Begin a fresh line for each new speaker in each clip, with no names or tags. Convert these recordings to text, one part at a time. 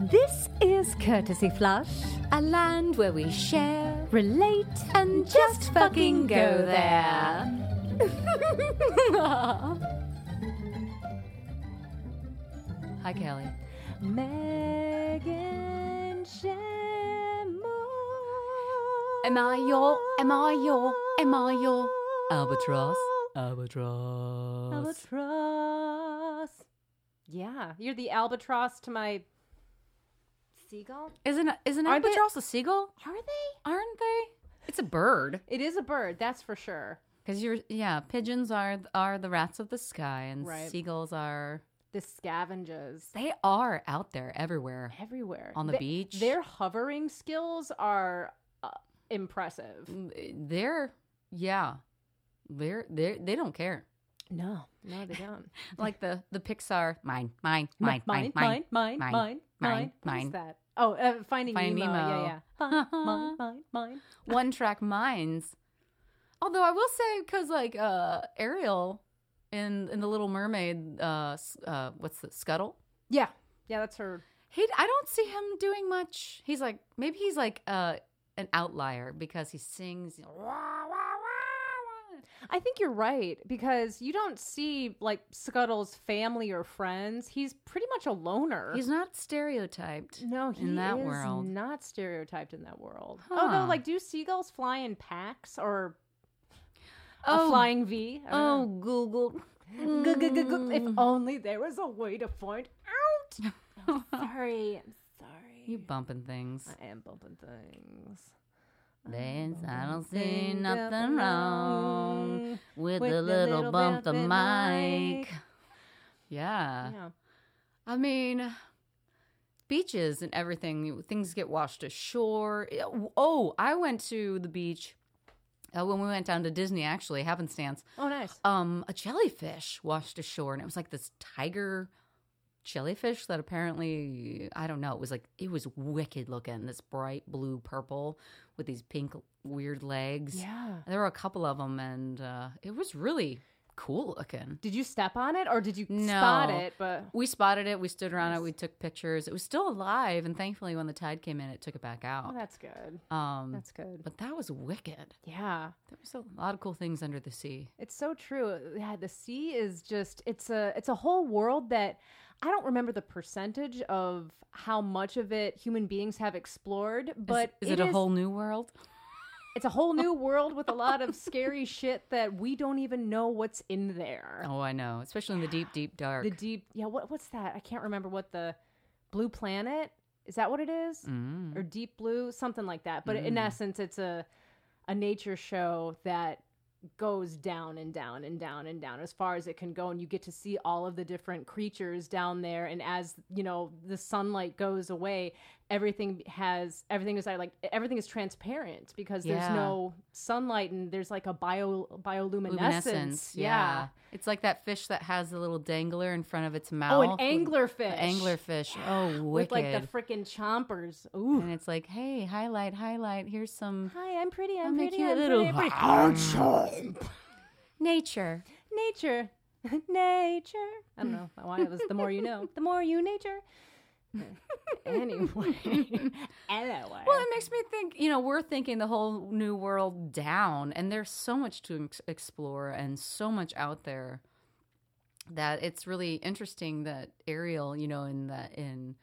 This is Courtesy Flush, a land where we share, relate, and just, fucking go there. Hi, Kelly. Megan Shamour.
Am I your? Am I your? Am I your?
Albatross.
Albatross.
Albatross.
Yeah, you're the albatross to my seagull.
Isn't isn't
Aren't they-
albatross a seagull?
Are they?
Aren't they? It's a bird.
It is a bird, that's for sure.
Because you're yeah, pigeons are are the rats of the sky, and
Right.
seagulls are
The scavengers
they are out there everywhere.
everywhere
On the beach.
Their hovering skills are uh, impressive.
Mm, They're yeah, they're they they don't care.
No, no, they don't.
Like the the Pixar mine mine
No,
mine mine
mine,
mine,
mine, mine,
mine,
What is
mine.
that? Oh, uh, Finding,
Finding
Nemo.
Nemo.
Yeah, yeah. Huh, mine, mine, mine.
one track minds. Although I will say, because like uh Ariel in in the Little Mermaid, uh, s- uh what's the Scuttle?
Yeah, yeah, that's her.
He, I don't see him doing much. He's like maybe he's like uh, an outlier because he sings. Wah, wah, wah, wah.
I think you're right because you don't see like Scuttle's family or friends. He's pretty much a loner.
He's not stereotyped.
no, he
in that
is
world.
not stereotyped in that world.
Huh.
Although, like, do seagulls fly in packs or a flying V? I don't
oh,
know.
Google. Oh.
Gu- gu- gu- gu- if only there was a way to find out. sorry, I'm sorry.
You bumping things.
I am bumping things.
There's, I don't see nothing wrong with, a little, bump the
bumping
mic.
mic.
Yeah.
Yeah.
I mean, beaches and everything, things get washed ashore. Oh, I went to the beach uh, when we went down to Disney, actually, happenstance.
Oh, nice.
Um, a jellyfish washed ashore, and it was like this tiger jellyfish that apparently, I don't know, it was like, it was wicked looking, this bright blue purple with these pink, weird legs.
Yeah.
There were a couple of them, and uh, it was really cool looking.
Did you step on it or did you spot
No.
it? But
We spotted it. We stood around it. We took pictures. It was still alive, and thankfully, when the tide came in, it took it back
oh,
out.
that's good.
Um,
That's good.
but that was wicked.
Yeah,
There was a lot of cool things under the sea.
it's so true. Yeah, the sea is just it's a it's a whole world that I don't remember the percentage of how much of it human beings have explored, but
is, is it, a whole new world?
it's a whole new world with a lot of scary shit that we don't even know what's in there.
Oh, I know, especially in the deep, deep dark.
The deep, yeah. What what's that? I can't remember what the blue planet is. That what it is?
Mm.
or Deep Blue, something like that. But in
Mm.
essence, it's a a nature show that goes down and down and down and down as far as it can go and you get to see all of the different creatures down there and as you know the sunlight goes away everything has everything is like everything is transparent because there's
Yeah.
no sunlight and there's like a bio bioluminescence
Luminescence,
yeah,
It's like that fish that has the little dangler in front of its mouth.
oh an anglerfish
Anglerfish. Oh,
with
wicked. Mm.
like the freaking chompers ooh
and it's like, hey, highlight, highlight. Here's some
hi i'm pretty i'm,
I'm a
pretty
cute
i'm
little
pretty, I'm pretty.
nature.
nature nature i don't know why it was the more you know the more you nature anyway anyway
Well, it makes me think, you know, we're thinking the whole new world down, and there's so much to ex- explore and so much out there that it's really interesting that Ariel, you know, in the in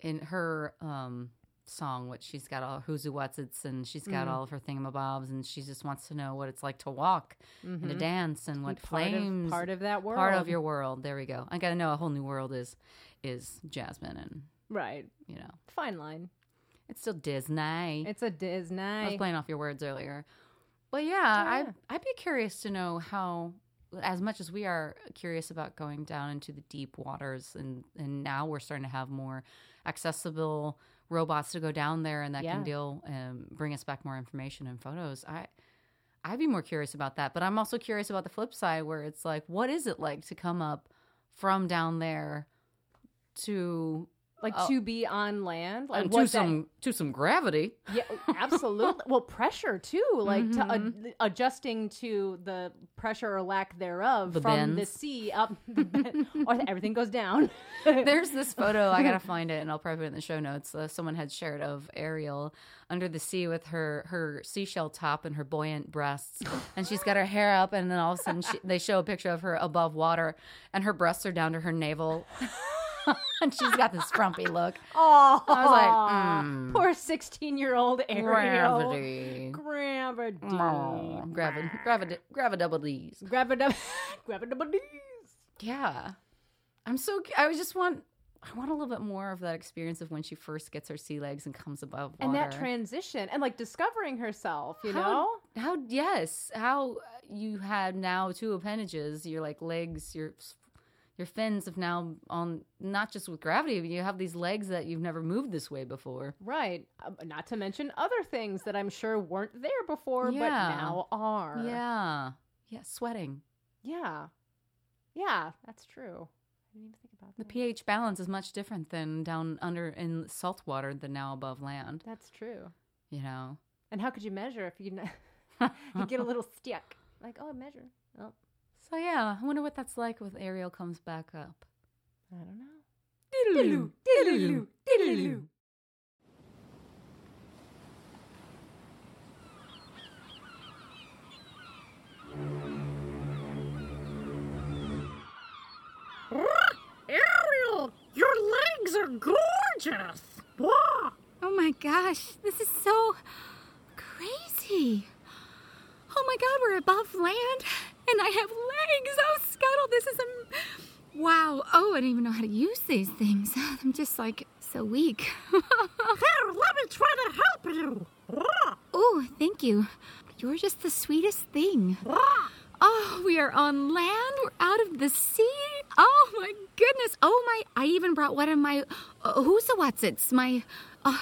in her um song, what she's got all who's who what's it's and she's got
Mm-hmm.
all of her thingamabobs and she just wants to know what it's like to walk and to dance and what
Mm-hmm. part
flames
of, part of that world
part of your world. There we go. I gotta know a whole new world is is Jasmine and
right
you know.
fine line
It's still Disney.
it's a
I was
disney
playing off your words earlier. But yeah,
Oh, Yeah.
I I'd be curious to know how as much as we are curious about going down into the deep waters and and now we're starting to have more accessible robots to go down there and that
Yeah.
can deal and bring us back more information and photos. I I'd be more curious about that, but I'm also curious about the flip side where it's like what is it like to come up from down there to
like
Oh.
to be on land, like
and
what
to
that-
some to some gravity.
yeah, oh, absolutely. well, pressure too, like to ad- adjusting to the pressure or lack thereof
The
from the
bends.
sea up, the bend, or everything goes down.
There's this photo. I gotta find it, and I'll probably put it in the show notes. Uh, someone had shared of Ariel under the sea with her her seashell top and her buoyant breasts, and she's got her hair up, and then all of a sudden she, they show a picture of her above water, and her breasts are down to her navel, and she's got this frumpy look.
Oh,
I was like, mm,
poor sixteen-year-old Ariel.
gravity,
Gravity.
Mm, gravid, gravid, gravidables.
Gravity. Gravity.
Yeah, I'm so. I was just want. I want a little bit more of that experience of when she first gets her sea legs and comes above water.
And that transition and like discovering herself, you
How-
know?
how yes how you have now two appendages your like legs your your fins have now on not just with gravity but you have these legs that you've never moved this way before
Right. Um, not to mention other things that I'm sure weren't there before, but
Yeah.
now are.
yeah yeah sweating
Yeah. Yeah, that's true. I didn't even think about
the
that.
ph balance is much different than down under in salt water than now above land
that's true.
you know
And how could you measure if you, kn- you get a little stuck? Like, oh, measure. Oh,
so yeah i wonder what that's like with ariel comes back up
I don't know.
Diddle-oo, diddle-oo, diddle-oo.
Ariel, your legs are gorgeous. Wah.
Oh my gosh, this is so crazy. Oh my god, we're above land and I have legs. Oh, Scuttle, this is a. Wow. Oh, I don't even know how to use these things. I'm just like so weak.
Here, let me try to help you. Wah,
oh, thank you. You're just the sweetest thing.
wah.
Oh, we are on land. We're out of the sea. Oh my goodness. Oh my! I even brought one of my uh, who's It's my uh,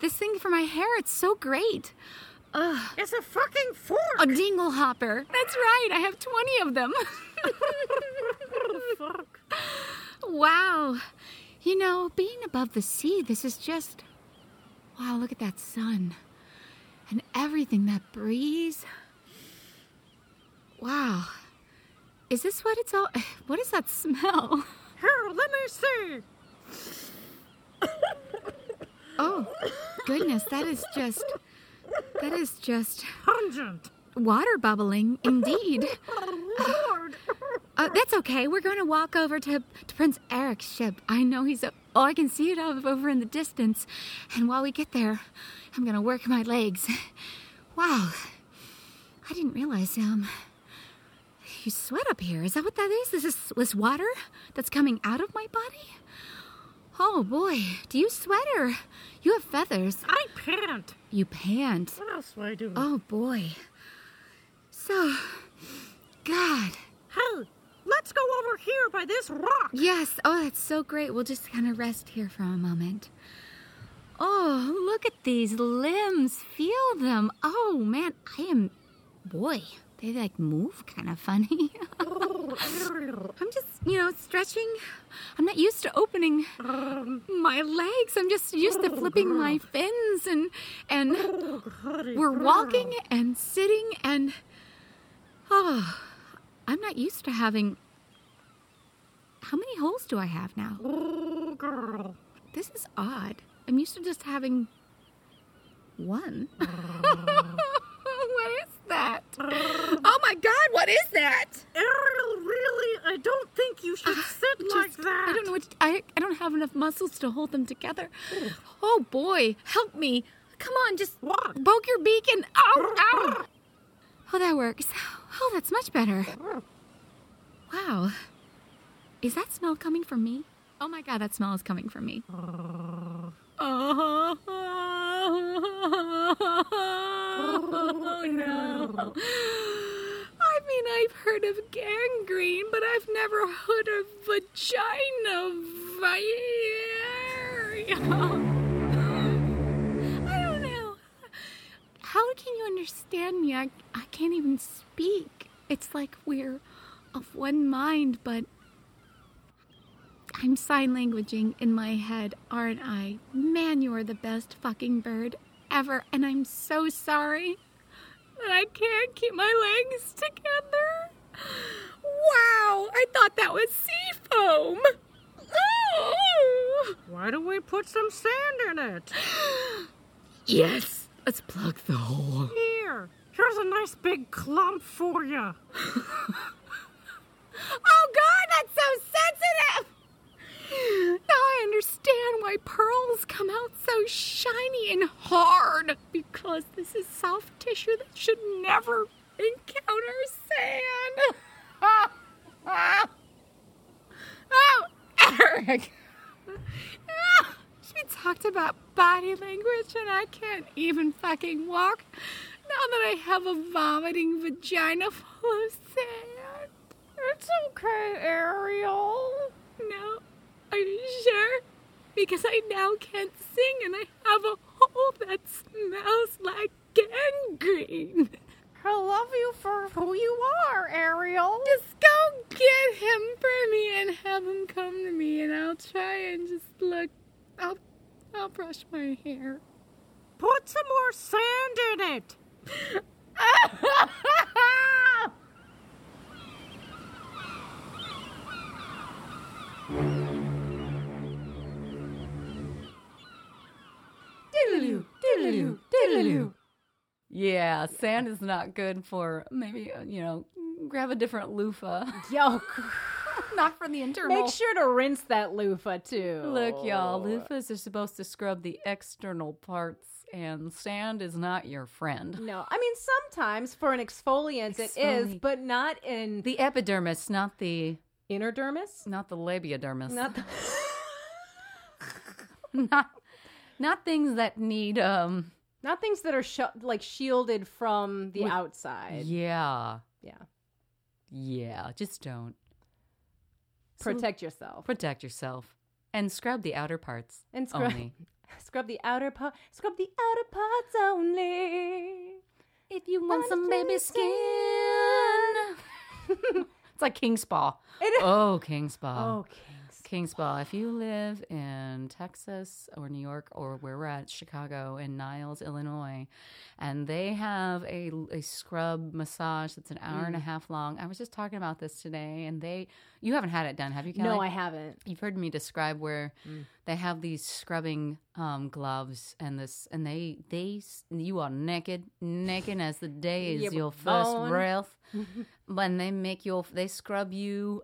this thing for my hair. It's so great.
It's a fucking fork.
A dingle hopper. That's right. I have twenty of them.
Fork.
wow. You know, being above the sea, this is just wow. Look at that sun and everything. That breeze. Wow. Is this what it's all? What is that smell?
Here, let me see.
Oh, goodness, that is just. That is just
Pungent.
water bubbling, indeed.
Oh, Lord.
Uh, that's okay. We're going to walk over to, to Prince Eric's ship. I know he's up. Oh, I can see it out over in the distance. And while we get there, I'm going to work my legs. Wow. I didn't realize, um. You sweat up here. Is that what that is? This is this water that's coming out of my body? Oh boy, do you sweat or you have feathers?
I can't.
You pant.
What else do I do?
Oh boy. So, God.
Hey, let's go over here by this rock.
Yes. Oh, that's so great. We'll just kind of rest here for a moment. Oh, look at these limbs. Feel them. Oh, man. I am. Boy, they like move kind of funny. I'm just, you know, stretching. I'm not used to opening my legs. I'm just used to flipping my fins and and we're walking and sitting and oh, I'm not used to having how many holes do I have now?
Oh, girl.
This is odd. I'm used to just having one. what is that? Oh my god, what is that? Ah,
Ariel, really, I don't think you should sit like
Just-
that.
I don't know what I, I don't have enough muscles to hold them together. Oh boy, help me. Come on, just
Wah.
poke your beak and ow, ow. Oh, that works. Oh, that's much better. Wow. Is that smell coming from me? Oh my god, that smell is coming from me. Oh, no. I mean, I've heard of gangrene, but I've never heard of vagina vi- I don't know. How can you understand me? I, I can't even speak. It's like we're of one mind, but I'm sign languaging in my head, aren't I? Man, you are the best fucking bird ever, and I'm so sorry that I can't keep my legs together. Wow, I thought that was sea foam. Oh.
Why don't we put some sand in it?
Yes, let's plug the hole.
Here, here's a nice big clump for you.
Oh God, that's so sensitive. Now I understand why pearls come out so shiny and hard because this is soft tissue that should never encounter sand. oh, Eric. Ah, She talked about body language and I can't even fucking walk now that I have a vomiting vagina full of sand. It's okay, Ariel. No, are you sure? Because I now can't sing and I have a hole that smells like gangrene.
I love you for who you are, Ariel.
Just go get him for me and have him come to me and I'll try and just look. I'll, I'll brush my hair.
Put some more sand in it.
Yeah, sand is not good for maybe, uh, you know, grab a different loofah.
Yo,
not from the internal.
make sure to rinse that loofah too.
Look, y'all, loofahs are supposed to scrub the external parts, and sand is not your friend.
No, I mean sometimes for an exfoliant it is,
Exfoliate.
but not in the
The epidermis, not the
interdermis.
not the labiodermis.
Not the-
not not things that need um
not things that are sh- like shielded from the outside.
yeah.
Yeah.
Yeah, just don't.
Protect yourself.
Protect yourself and scrub the outer parts
And scrub-
only.
Scrub the outer part. Scrub the outer parts only.
If you want some baby skin. it's like King Spa. Oh, King Spa.
Okay.
King Spa. If you live in Texas or New York or where we're at, Chicago and Niles, Illinois, and they have a, a scrub massage that's an hour and a half long. I was just talking about this today, and they, you haven't had it done, have you, Kelly?
No, I haven't.
you've heard me describe where
Mm.
they have these scrubbing um, gloves and this and they they s- you are naked naked as the day is
Yeah,
your
but
first
bone.
breath when they make your they scrub you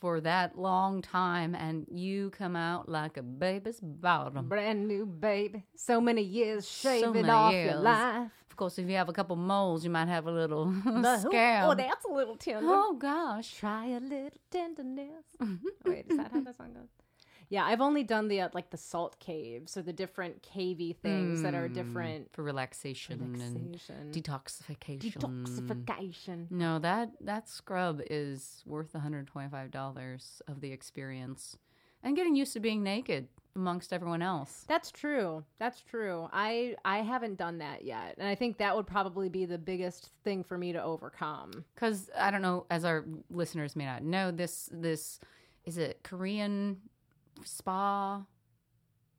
for that long time and you come out like a baby's bottom
Brand new baby. So many years
So
shaving
many
off your
years.
life.
of course if you have a couple moles you might have a little
The hoop- Oh,
scab
that's a little tender.
oh gosh
Try a little tenderness. Wait, is that how that song goes? Yeah, I've only done the uh, like the salt caves or the different cavey things that are different.
for relaxation, Mm. and
Relaxation.
detoxification
Detoxification.
No, that that scrub is worth $125 of the experience and getting used to being naked amongst everyone else.
That's true. That's true. I I haven't done that yet, and I think that would probably be the biggest thing for me to overcome.
Cuz I don't know as our listeners may not know this this is it Korean spa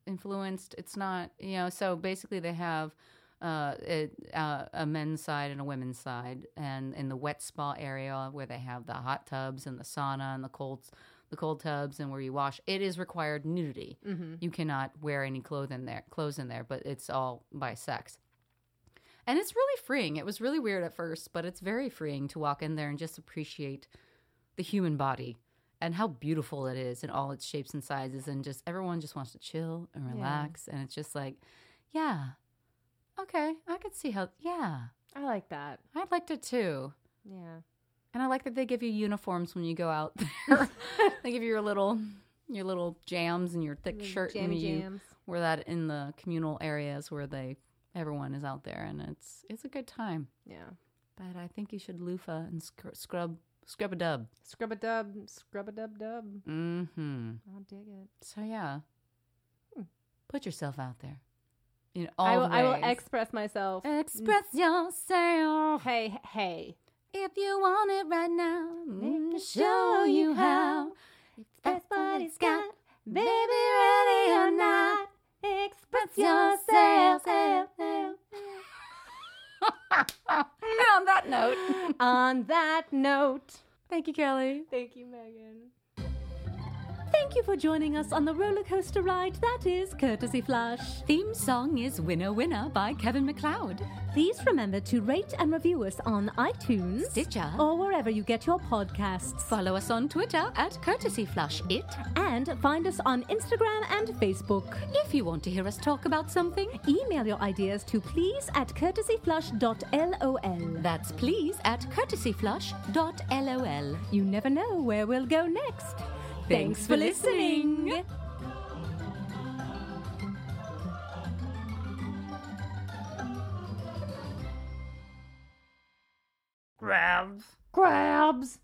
influenced. It's not, you know, so basically they have uh, it, uh, a men's side and a women's side, and in the wet spa area where they have the hot tubs and the sauna and the cold, the cold tubs, and where you wash, it is required nudity.
Mm-hmm.
You cannot wear any clothes in there, clothes in there, but it's all by sex. And it's really freeing. It was really weird at first, but it's very freeing to walk in there and just appreciate the human body and how beautiful it is in all its shapes and sizes and just everyone just wants to chill and relax and it's just like yeah okay i could see how yeah
I like that.
i'd like to too
Yeah.
and i like that they give you uniforms when you go out there they give you your little your little jams and your thick shirt
Jammy
and you
jams.
wear that in the communal areas where they everyone is out there and it's it's a good time
Yeah.
but i think you should loofah and scr- scrub scrub a dub
Scrub a dub. Scrub a dub dub.
mm-hmm
I Oh, dig it.
So yeah, put yourself out there. In all
I will, I will
ways.
express myself.
express yourself
Hey, hey.
if you want it right now. Let me
can
show you how.
If that's what it's got, baby, ready or not, express yourself.
and on that note,
On that note,
thank you, Kelly.
thank you, Megan. Thank you for joining us on the roller coaster ride that is Courtesy Flush.
Theme song is Winner Winner by Kevin McLeod.
Please remember to rate and review us on iTunes,
Stitcher.
or wherever you get your podcasts.
Follow us on Twitter at Courtesy Flush It.
And find us on Instagram and Facebook.
If you want to hear us talk about something,
Email your ideas to please at courtesyflush.lol.
that's please at courtesyflush.lol.
You never know where we'll go next.
Thanks for listening.
Grabs.
Grabs!